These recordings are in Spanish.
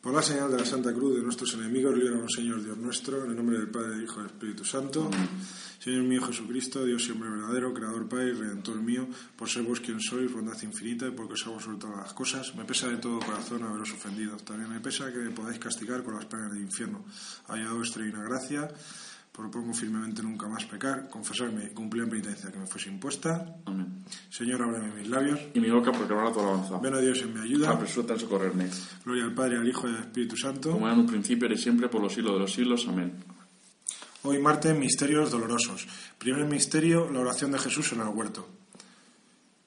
Por la señal de la Santa Cruz de nuestros enemigos, líbranos, Señor Dios nuestro, en el nombre del Padre, del Hijo y del Espíritu Santo. Señor mío Jesucristo, Dios y hombre verdadero, Creador, Padre y Redentor mío, por ser vos quien sois, bondad infinita, y porque os hago sobre todas las cosas, me pesa de todo corazón haberos ofendido. También me pesa que me podáis castigar con las penas del infierno. Hallado vuestra divina gracia, propongo firmemente nunca más pecar, confesarme y cumplir la penitencia que me fuese impuesta. Amén. Señor, ábreme mis labios. Y mi boca proclamará tu alabanza. Ven a Dios en mi ayuda. Apresúrate a socorrerme. Gloria al Padre, al Hijo y al Espíritu Santo. Como era en un principio, eres siempre, por los siglos de los siglos. Amén. Hoy martes, misterios dolorosos. Primer misterio, la oración de Jesús en el huerto.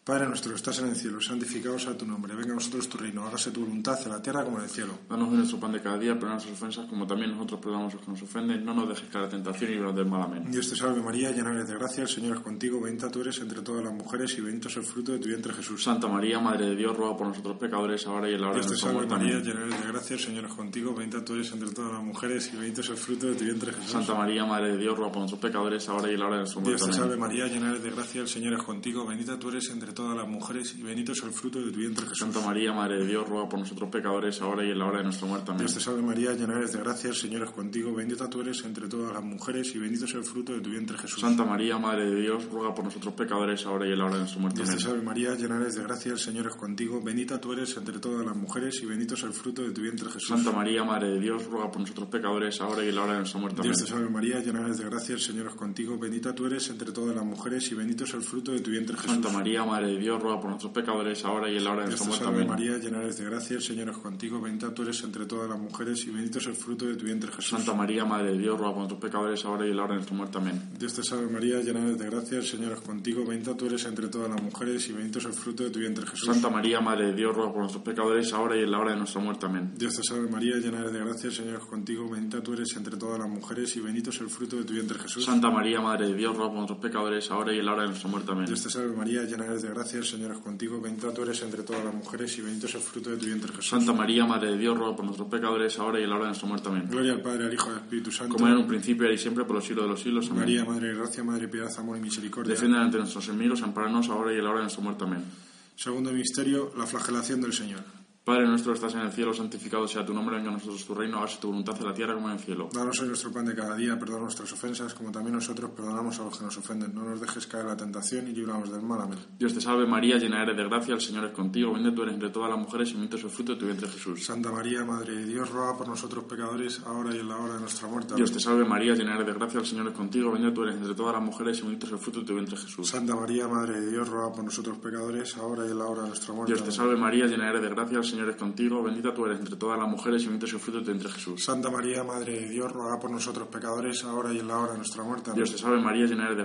Padre nuestro que estás en el cielo, santificado sea tu nombre. Venga a nosotros tu reino, hágase tu voluntad en la tierra como en el cielo. Danos hoy nuestro pan de cada día, perdona nuestras ofensas, como también nosotros perdonamos a los que nos ofenden. No nos dejes caer en la tentación y líbranos del mal. Amén. Dios te salve María, llena eres de gracia, el Señor es contigo, bendita tú eres entre todas las mujeres y bendito es el fruto de tu vientre Jesús. Santa María, Madre de Dios, ruega por nosotros pecadores, ahora y en la hora de Dios te nuestra Este salve muerte. María, Amén. llena eres de gracia, el Señor es contigo, bendita tú eres entre todas las mujeres y bendito es el fruto de tu vientre Jesús. Santa María, Madre de Dios, ruega por nosotros pecadores, ahora y en la hora de Dios nuestra muerte. te Amén. salve María, llena eres de gracia, el Señor es contigo, bendita tú eres entre todas las mujeres y bendito es el fruto de tu vientre Jesús. Santa María, Madre de Dios, ruega por nosotros pecadores, ahora y en la hora de nuestra muerte. Amén. Dios te salve María, llena eres de gracia, el Señor es contigo, bendita tú eres entre todas las mujeres y bendito es el fruto de tu vientre Jesús. Santa María, Madre de Dios, ruega por nosotros pecadores, ahora y en la hora de nuestra muerte. Dios te Amén. salve María, llena eres de gracia, el Señor es contigo, bendita tú eres entre todas las mujeres y bendito es el fruto de tu vientre Jesús. Santa María, Madre de Dios, ruega por nosotros pecadores, ahora y en la hora de nuestra muerte. Amén. Dios te salve María, llena eres de gracia, el Señor es contigo, bendita tú eres entre todas las mujeres y bendito es el fruto de tu vientre Jesús. Santa María, Madre de Dios, ruega por nosotros pecadores, ahora y en la hora de Dios nuestra te muerte. salve Amén. María, llena eres de gracia, el Señor es contigo, bendita tú eres entre todas las mujeres y bendito es el fruto de tu vientre Jesús. Santa María, Madre de Dios, ruega por nosotros pecadores, ahora y en la hora de nuestra muerte. Amén. Dios te salve María, llena eres de gracia, el Señor es contigo, bendita tú eres entre todas las mujeres y bendito es el fruto de tu vientre Jesús. Santa María, Madre de Dios, ruega por nuestros pecadores, ahora y en la hora de nuestra muerte. Amén. Dios te salve María, llena eres de gracia, el Señor es contigo, bendita tú eres entre todas las mujeres y bendito es el fruto de tu vientre Jesús. Santa María, Madre de Dios, ruega por nuestros pecadores, ahora y en la hora de nuestra muerte. Amén. Dios te salve María, llena eres de gracia, el Señor es contigo, bendita tú eres entre todas las mujeres y bendito es el fruto de tu vientre Jesús. Santa María, Madre de Dios, ruega por nuestros pecadores, ahora y en la hora de nuestra muerte. Amén. Gloria al Padre, al Hijo y al Espíritu Santo. Como era en un principio, ahora y siempre, por los siglos de los siglos. Amén. María, Madre de Gracia, Madre de Piedad, Amor y Misericordia. Defiendan ante nuestros enemigos, amparanos ahora y en la hora de nuestra muerte. Amén. Segundo misterio, la flagelación del Señor. Padre nuestro que estás en el cielo, santificado sea tu nombre, venga a nosotros tu reino, hágase tu voluntad en la tierra como en el cielo. Danos hoy nuestro pan de cada día, perdona nuestras ofensas, como también nosotros perdonamos a los que nos ofenden. No nos dejes caer en la tentación y líbranos del mal. Amén. Dios te salve María, llena eres de gracia, el Señor es contigo, bendita tú eres entre todas las mujeres y bendito es el fruto de tu vientre Jesús. Santa María, Madre de Dios, ruega por nosotros pecadores, ahora y en la hora de nuestra muerte. Amén. Dios te salve María, llena eres de gracia, el Señor es contigo, bendita tú eres entre todas las mujeres y bendito es el fruto de tu vientre Jesús. Santa María, Madre de Dios, ruega por nosotros pecadores, ahora y en la hora de nuestra muerte. Dios te Amén. salve María, llena eres de gracia, el Señor es contigo, bendita tú eres entre todas las mujeres y bendito es el fruto de tu vientre Jesús. Santa María, Madre de Dios, ruega por nosotros pecadores, ahora y en la hora de nuestra muerte. Amén. Dios te salve María, llena eres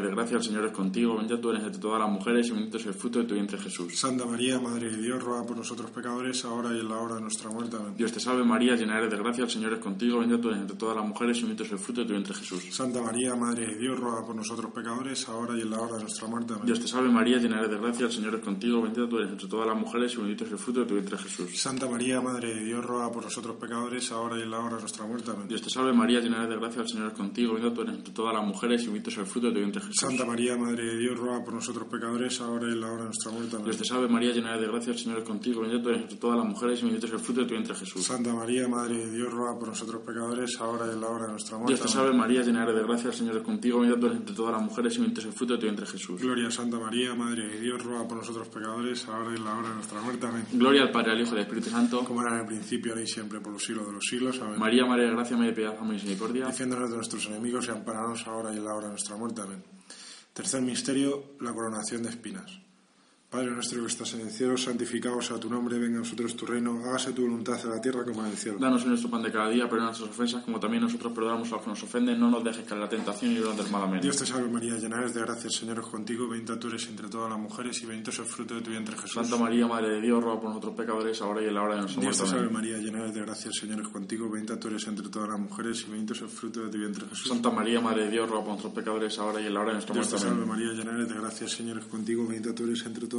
de gracia, el Señor es contigo, bendita tú eres entre todas las mujeres y bendito es el fruto de tu vientre Jesús. Santa María, Madre de Dios, ruega por nosotros pecadores, ahora y en la hora de nuestra muerte. Amén. Dios te salve María, llena eres de gracia, el Señor es contigo, bendita tú eres entre todas las mujeres y bendito es el fruto de tu vientre Jesús. Santa María, Madre de Dios, ruega por nosotros pecadores, ahora y en la hora de nuestra muerte. Amén. Dios te salve María, llena eres de gracia, el Señor es contigo, bendita tú eres entre todas las mujeres y bendito es el fruto de tu vientre Jesús. Santa María, Madre de Dios, ruega por nosotros pecadores, ahora y en la hora de nuestra muerte. Amén. Dios te salve María, llena eres de gracia, el Señor es contigo, bendita tú eres entre todas las mujeres y bendito es el fruto de tu vientre Jesús. Santa María, Madre de Dios, ruega por nosotros pecadores, ahora y en la hora de nuestra muerte. Amén. Dios te salve María, llena eres de gracia, el Señor es contigo, bendita tú eres entre todas las mujeres y bendito es el fruto de tu vientre Jesús. Santa María, Madre de Dios, ruega por nosotros pecadores, ahora y en la hora de nuestra muerte. Amén. Dios te salve María, llena eres de gracia, el Señor es contigo, bendita tú eres entre todas las mujeres Santa María, Madre de Dios, ruega por nosotros pecadores, ahora y en la hora de nuestra muerte. Amén. y bendito es el fruto de tu vientre Jesús. Dios te salve María, llena eres de gracia, el Señor es contigo, bendita tú eres entre todas las mujeres y bendito es el fruto de tu vientre Jesús. Gloria a Santa María, Madre de Dios, ruega por nosotros pecadores, ahora y en la hora de nuestra muerte. Amén. Gloria al Padre, al Hijo y al Espíritu Santo. Como era en el principio, ahora y siempre, por los siglos de los siglos. Amén. María, María, de gracia, María, de piedad, amor y misericordia. Defiéndonos de nuestros enemigos y amparanos ahora y en la hora de nuestra muerte. Amén. Tercer misterio, la coronación de espinas. Padre nuestro que estás en el cielo, santificado sea tu nombre, venga a nosotros tu reino, hágase tu voluntad en la tierra como en el cielo. Danos hoy nuestro pan de cada día, perdona nuestras ofensas, como también nosotros perdonamos a los que nos ofenden. No nos dejes caer en la tentación y líbranos del mal. Amén. Dios te salve María, llena eres de gracia, el Señor es contigo, bendita tú eres entre todas las mujeres y bendito es el fruto de tu vientre Jesús. Santa María, Madre de Dios, ruega por nosotros pecadores, ahora y en la hora de nuestra Dios muerte. te salve Amén. María, llena eres de gracia, el Señor es contigo, bendita tú eres entre todas las mujeres y bendito es el fruto de tu vientre Jesús. Santa María, Madre de Dios, ruega por nosotros pecadores, ahora y en la hora de nuestra Dios te muerte. salve Amén. María, llena eres de gracia, el Señor es contigo, bendita tú eres entre todas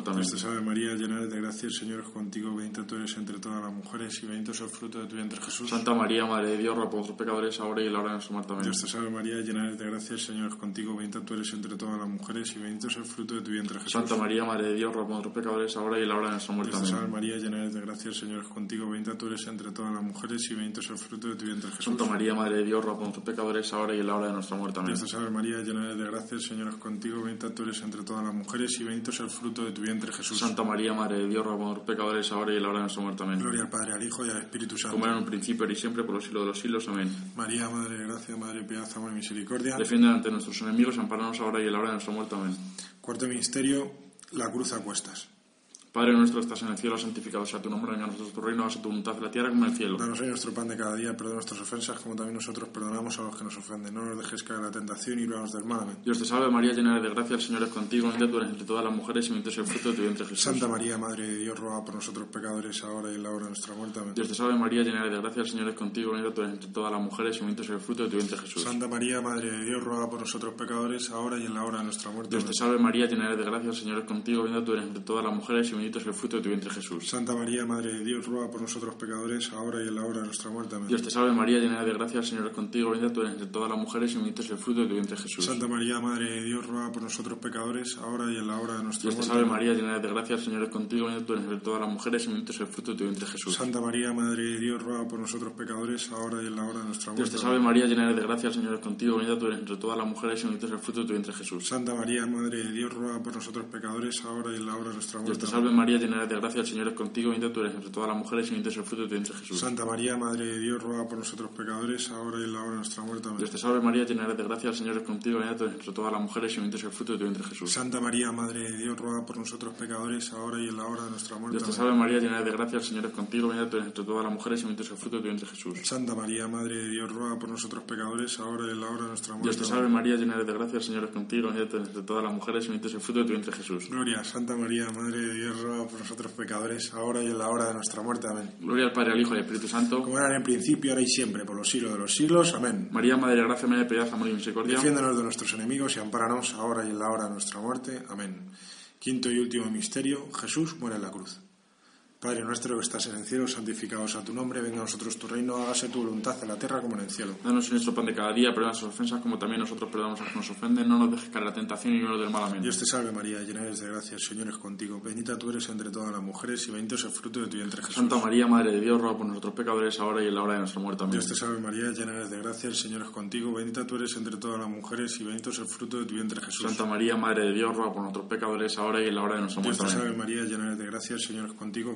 ahora y en la hora de nuestra muerte. Amén. Dios te salve María, llena eres de gracia, el Señor es contigo. Bendita tú eres entre todas las mujeres y bendito es el fruto de tu vientre Jesús. Santa María, Madre de Dios, ruega por nuestros pecadores ahora y en la hora de nuestra muerte. Dios te Amén. salve María, llena eres de gracia, el Señor es contigo. Bendita tú eres entre todas las mujeres y bendito es el fruto de tu vientre Jesús. Santa María, Madre de Dios, ruega por nuestros pecadores ahora y en la hora de nuestra muerte. Dios te Amén. salve Pues María, llena eres de gracia, el Señor es contigo. Bendita tú eres entre todas las mujeres y bendito es el fruto de tu vientre Jesús. Santa María, Madre de Dios, ruega por nuestros pecadores ahora y en la hora de Dios te salve María, llena eres de gracia, el Señor es contigo. Bendita tú nuestra muerte. Amén. eres entre todas las mujeres y bendito es el fruto de tu vientre Jesús. Santa María, Madre de Dios, ruega por nuestros pecadores ahora y en la hora de nuestra muerte. Amén. Gloria al Padre, al Hijo y al Espíritu Como era Santo. en un principio, ahora y siempre, por los siglos de los siglos. Amén. María, Madre de Gracia, Madre de Piedad, Amor y Misericordia. Defiende ante nuestros enemigos, amparanos ahora y en la hora de nuestra muerte. Amén. Cuarto misterio, la cruz a cuestas. Padre nuestro, que estás en el cielo, santificado sea tu nombre, venga a nosotros tu reino, hágase tu voluntad en la tierra como en el cielo. Danos hoy nuestro pan de cada día, perdona nuestras ofensas, como también nosotros perdonamos a los que nos ofenden. No nos dejes caer en la tentación y líbranos del mal. Amén. Dios te salve María, llena eres de gracia, el Señor es contigo, bendita tú eres entre todas las mujeres y bendito es el fruto de tu vientre Jesús. Santa María, Madre de Dios, ruega por nosotros pecadores, ahora y en la hora de nuestra muerte. Amén. Dios te salve María, llena eres de gracia, el Señor es contigo, bendita tú eres entre todas las mujeres y bendito es el fruto de tu vientre Jesús. Santa María, Madre de Dios, ruega por nosotros pecadores, ahora y en la hora de nuestra muerte. Dios te Amén. salve María, llena eres de gracia, el Señor es contigo, bendita tú eres entre todas las mujeres y bendito es el fruto de tu vientre Jesús. Santa María, Madre de Dios, ruega por nosotros pecadores, ahora y en la hora de nuestra muerte. Amén. Dios te salve María, llena eres de gracia, el Señor es contigo, bendita tú eres entre todas las mujeres y bendito es el fruto de tu vientre Jesús. Santa María, Madre de Dios, ruega por nosotros pecadores, ahora y en la hora de nuestra Dios muerte. te salve Amén. María, llena eres de gracia, el Señor es contigo, bendita tú eres entre todas las mujeres y bendito es el fruto de tu vientre Jesús. Santa María, Madre de Dios, ruega por nosotros pecadores, ahora y en la hora de nuestra Dios muerte. te salve María, llena eres de gracia, el Señor es contigo, bendita tú eres entre todas las mujeres y bendito es el fruto de tu vientre Jesús. Santa María, Madre de Dios, ruega por nosotros pecadores, ahora y en la hora de nuestra Dios muerte. te salve María, llena eres de gracia, el Señor es contigo, bendita tú eres entre todas las mujeres y bendito es el fruto de tu vientre Jesús. Santa María, Madre de Dios, ruega por nosotros pecadores, ahora y en la hora de nuestra muerte. Amén. Dios te salve María, llena eres de gracia, el Señor es contigo, bendita tú eres Santa María, Madre de Dios, ruega por nosotros pecadores, ahora y en la hora de nuestra muerte. Amén. Santa María, Madre de Dios, ruega por nosotros pecadores, ahora y en la hora de nuestra muerte. entre todas las mujeres y bendito es el fruto de tu vientre Jesús. Dios te salve María, llena eres de gracia, el Señor es contigo, bendita tú eres entre todas las mujeres y bendito es el fruto de tu vientre Jesús. Dios te salve María, llena eres de gracia, el Señor es contigo, bendita tú eres entre todas las mujeres y bendito es el fruto de tu vientre Jesús. Amén. Gloria, Santa María, Madre de Dios, ruega por nosotros pecadores, ahora y en la hora de nuestra muerte. Amén. Gloria al Padre, al Hijo y al Espíritu Santo. Como era en el principio, ahora y siempre, por los siglos de los siglos. Amén. María, Madre de Gracia, Madre de Piedad, Amor y Misericordia. Defiéndanos de nuestros enemigos y ampáranos ahora y en la hora de nuestra muerte. Amén. Quinto y último misterio, Jesús muere en la cruz. Padre nuestro que estás en el cielo, santificado sea tu nombre, venga a nosotros tu reino, hágase tu voluntad en la tierra como en el cielo. Danos hoy nuestro pan de cada día, perdona nuestras ofensas como también nosotros perdonamos a los que nos ofenden. No nos dejes caer en la tentación y líbranos del mal. Amén. Dios te salve María, llena eres de gracia, el Señor es contigo. Bendita tú eres entre todas las mujeres y bendito es el fruto de tu vientre Jesús. Santa María, Madre de Dios, ruega por nosotros pecadores, ahora y en la hora de nuestra muerte. Amén. Dios te salve María, llena eres de gracia, el Señor es contigo. Bendita tú eres entre todas las mujeres y bendito es el fruto de tu vientre Jesús. Santa María, Madre de Dios, ruega por nosotros pecadores, ahora y en la hora de nuestra Dios muerte. te salve María, Amén. llena eres de gracia, el Señor es contigo,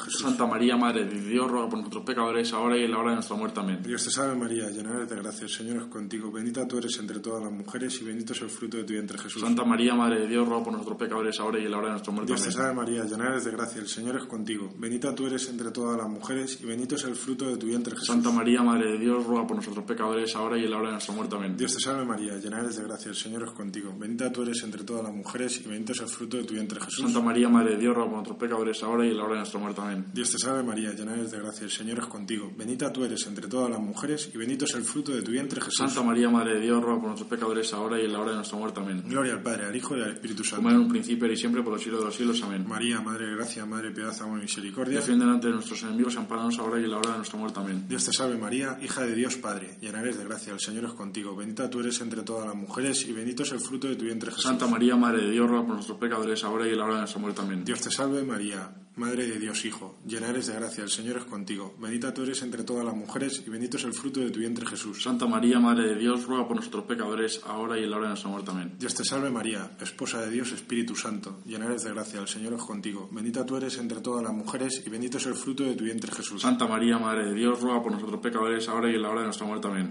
Jesús. Santa María, Madre de Dios, ruega por nosotros pecadores, ahora y en la hora de nuestra muerte. Amén. Dios te salve María, llena eres de gracia, el Señor es contigo, bendita tú eres entre todas las mujeres y bendito es el fruto de tu vientre Jesús. Santa María, Madre de Dios, ruega por nosotros pecadores, ahora y en la hora de nuestra muerte. Amén. Dios te salve María, llena eres de gracia, el Señor es contigo, bendita tú eres entre todas las mujeres y bendito es el fruto de tu vientre Jesús. Santa María, Madre de Dios, ruega por nosotros pecadores, ahora y en la hora de nuestra muerte. Dios te Amén. salve María, llena eres de gracia, el Señor es contigo. Bendita tú eres entre todas las mujeres y bendito es el fruto de tu vientre Jesús. Santa María, Madre de Dios, ruega por nosotros pecadores, ahora y en la hora de nuestra muerte. Amén. Dios te salve María, llena eres de gracia, el Señor es contigo. Bendita tú eres entre todas las mujeres y bendito es el fruto de tu vientre Jesús. Dios te salve María, llena Santa María, Madre de Dios, ruega por nosotros pecadores, ahora y en la hora de nuestra muerte. Amén. Amén. eres de gracia, el Señor es contigo. Bendita tú eres entre todas las mujeres y bendito es el fruto de tu vientre Jesús. Santa María, Madre de Dios, ruega por nuestros pecadores ahora y en la hora de nuestra muerte. Amén. Gloria al Padre, al Hijo y al Espíritu Como Santo. era en un principio ahora y siempre, por los siglos de los siglos. Amén. María, Madre de gracia, Madre de piedad, amor y misericordia. Defiende delante de nuestros enemigos, amparanos ahora y en la hora de nuestra muerte. Amén. Dios te salve María, hija de Dios Padre, llena eres de gracia, el Señor es contigo. Bendita tú eres entre todas las mujeres y bendito es el fruto de tu vientre Jesús. Santa María, Madre de Dios, ruega por nuestros pecadores ahora y en la hora de nuestra muerte. Amén. Dios te salve María, Madre de Dios Hijo, llena eres de gracia, el Señor es contigo. Bendita tú eres entre todas las mujeres y bendito es el fruto de tu vientre Jesús. Santa María, Madre de Dios, ruega por nuestros pecadores ahora y en la hora de nuestra muerte. Amén. Dios te salve María, esposa de Dios Espíritu Santo, llena eres de gracia, el Señor es contigo. Bendita tú eres entre todas las mujeres y bendito es el fruto de tu vientre Jesús. Santa María, Madre de Dios, ruega por nosotros pecadores, ahora y en la hora de nuestra muerte. Amén.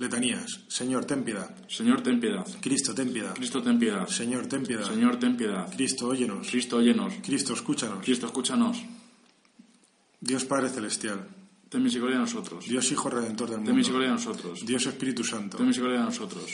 Letanías, Señor, ten piedad. Señor, ten piedad. Cristo, ten piedad. Cristo, ten piedad. Señor, ten piedad. Señor, ten piedad. Cristo, óyenos. Cristo, óyenos. Cristo, escúchanos. Cristo, escúchanos. Dios Padre Celestial, Ten misericordia de nosotros. Dios Hijo Redentor del Ten mundo, misericordia de nosotros. Dios Espíritu Santo, Ten misericordia de nosotros.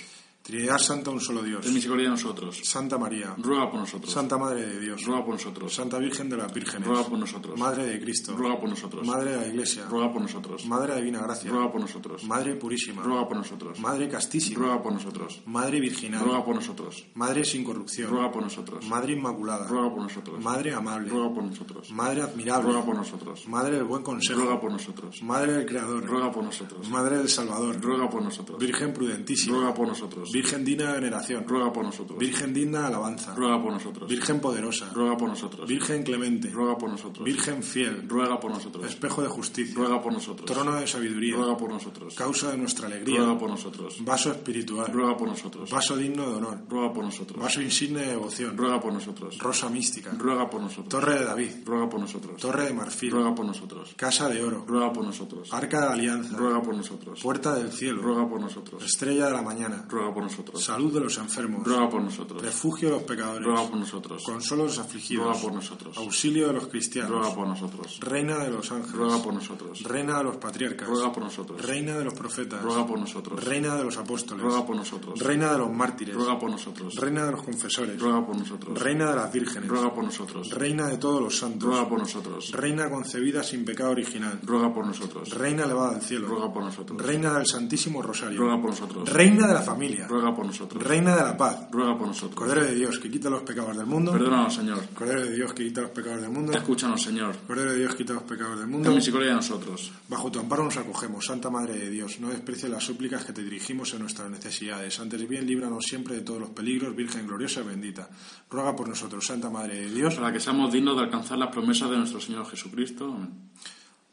Trinidad Santa, un solo Dios, Ten misericordia de nosotros. Santa María, Ruega por nosotros. Santa Madre de Dios, Ruega por nosotros. Santa Virgen de las Vírgenes, Ruega por nosotros. Madre de Cristo, Ruega por nosotros. Madre de la Iglesia, Ruega por nosotros. Madre Divina Gracia, Ruega por nosotros. Madre Purísima, Ruega por nosotros. Madre Castísima, Ruega por nosotros. Madre Virginal, Ruega por nosotros. Madre sin corrupción, Ruega por nosotros. Madre Inmaculada, Ruega por nosotros. Madre Amable, Ruega por nosotros. Madre Ruega Admirable, por nosotros. Madre del Buen Ruega Consejo, por nosotros. Madre del Creador, Ruega por nosotros. Madre del Salvador, Ruega por nosotros. Virgen Prudentísima, Ruega por nosotros. Virgen digna de veneración, Ruega por nosotros. Virgen digna de alabanza, Ruega por nosotros. Virgen poderosa, Ruega por nosotros. Virgen clemente, Ruega por nosotros. Virgen fiel, Ruega por nosotros. espejo de justicia, Ruega por nosotros. trono de sabiduría, Ruega por nosotros. causa de nuestra alegría, Ruega por nosotros. vaso espiritual, Ruega por nosotros. vaso digno de honor, Ruega por nosotros. vaso insigne de devoción, Ruega por nosotros. rosa mística, Ruega por nosotros. torre de David, Ruega por nosotros. torre de marfil, Ruega por nosotros. casa de oro, Ruega por nosotros. arca de alianza, Ruega por nosotros. puerta del cielo, Ruega por nosotros. estrella de la mañana, Ruega por nosotros. salud de los enfermos, Ruega por nosotros. refugio de los Ruega pecadores, por nosotros. consuelo de los Ruega afligidos, por nosotros. auxilio de los Ruega cristianos, por nosotros. reina de los ángeles, Ruega por nosotros. reina de los patriarcas, Ruega por nosotros. reina de los profetas, Ruega por nosotros. reina de los apóstoles, Ruega por nosotros. reina de los mártires, Ruega por nosotros. reina de los confesores, Ruega por nosotros. reina de las vírgenes, Ruega por nosotros. reina de todos los santos, Ruega por nosotros. reina concebida sin pecado original, Ruega por nosotros. reina elevada al cielo, Ruega por nosotros. reina del Santísimo Rosario, Ruega por nosotros. reina de la familia, Ruega por nosotros. reina de la paz, Ruega por nosotros. Cordero de Dios que quita los pecados del mundo, Perdónanos, Señor. Cordero de Dios que quita los pecados del mundo, Escúchanos, Señor. Cordero de Dios quita los pecados del Ten mundo. misericordia de nosotros. Bajo tu amparo nos acogemos, Santa Madre de Dios. No desprecies las súplicas que te dirigimos en nuestras necesidades. Antes bien, líbranos siempre de todos los peligros, Virgen gloriosa y bendita. Ruega por nosotros, Santa Madre de Dios. Para que seamos dignos de alcanzar las promesas de nuestro Señor Jesucristo. Amén.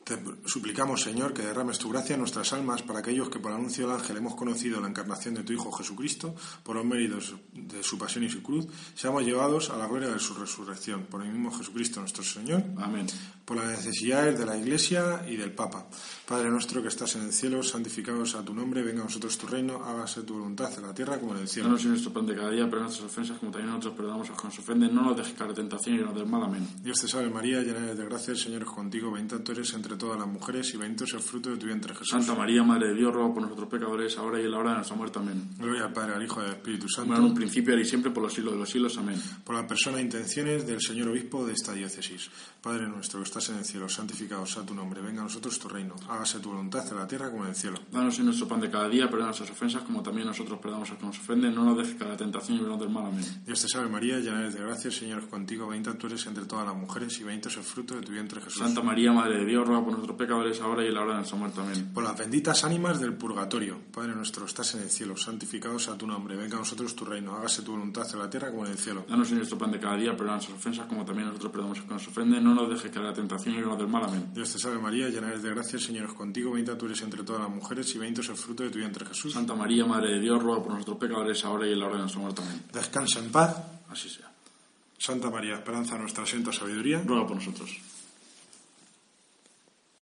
Te suplicamos, Señor, que derrames tu gracia en nuestras almas para aquellos que por anuncio del ángel hemos conocido la encarnación de tu Hijo Jesucristo, por los méritos de su pasión y su cruz, seamos llevados a la gloria de su resurrección. Por el mismo Jesucristo nuestro Señor. Amén. por las necesidades de la Iglesia y del Papa. Padre nuestro que estás en el cielo, santificado sea tu nombre, venga a nosotros tu reino, hágase tu voluntad en la tierra como en el cielo. Danos hoy nuestro pan de cada día, pero nuestras ofensas, como también nosotros perdonamos a los que nos ofenden. No nos dejes caer en tentación y nos del mal. Amén. Dios te salve María, llena eres de gracia, el Señor es contigo, bendita tú eres entre todas las mujeres y bendito es el fruto de tu vientre Jesús. Santa María, Madre de Dios, ruega por nosotros pecadores, ahora y en la hora de nuestra muerte. Amén. Gloria al Padre, al Hijo y al Espíritu Como era en Santo, un principio, ahora y siempre, por los siglos de los siglos. Amén. por las personas e intenciones del Señor Obispo de esta diócesis. Padre nuestro que estás en el cielo, santificado sea tu nombre, venga a nosotros tu reino, hágase tu voluntad en la tierra como en el cielo. Danos hoy nuestro pan de cada día, perdona nuestras ofensas, como también nosotros perdonamos a los que nos ofenden. No nos dejes caer en tentación y nos del mal. Amén. Dios te salve María, llena eres de gracia, el Señor es contigo, bendita tú eres entre todas las mujeres y bendito es el fruto de tu vientre Jesús. Santa María, Madre de Dios, ruega por nosotros pecadores, ahora y en la hora de nuestra muerte. Amén. Por las benditas ánimas del purgatorio, Padre nuestro, estás en el cielo, santificado sea tu nombre, venga a nosotros tu reino, hágase tu voluntad en la tierra como en el cielo. Danos hoy nuestro pan de cada día, perdona nuestras ofensas, como también nosotros perdonamos a los que nos ofenden. No nos dejes caer en tentación y nos del mal. Amén. Dios te salve María, llena eres de gracia, el Señor es contigo, bendita tú eres entre todas las mujeres y bendito es el fruto de tu vientre Jesús. Santa María, Madre de Dios, ruega por nosotros pecadores, ahora y en la hora de nuestra muerte. Amén. Descansa en paz, Así sea. Santa María, esperanza nuestra, santa sabiduría. Ruega por nosotros.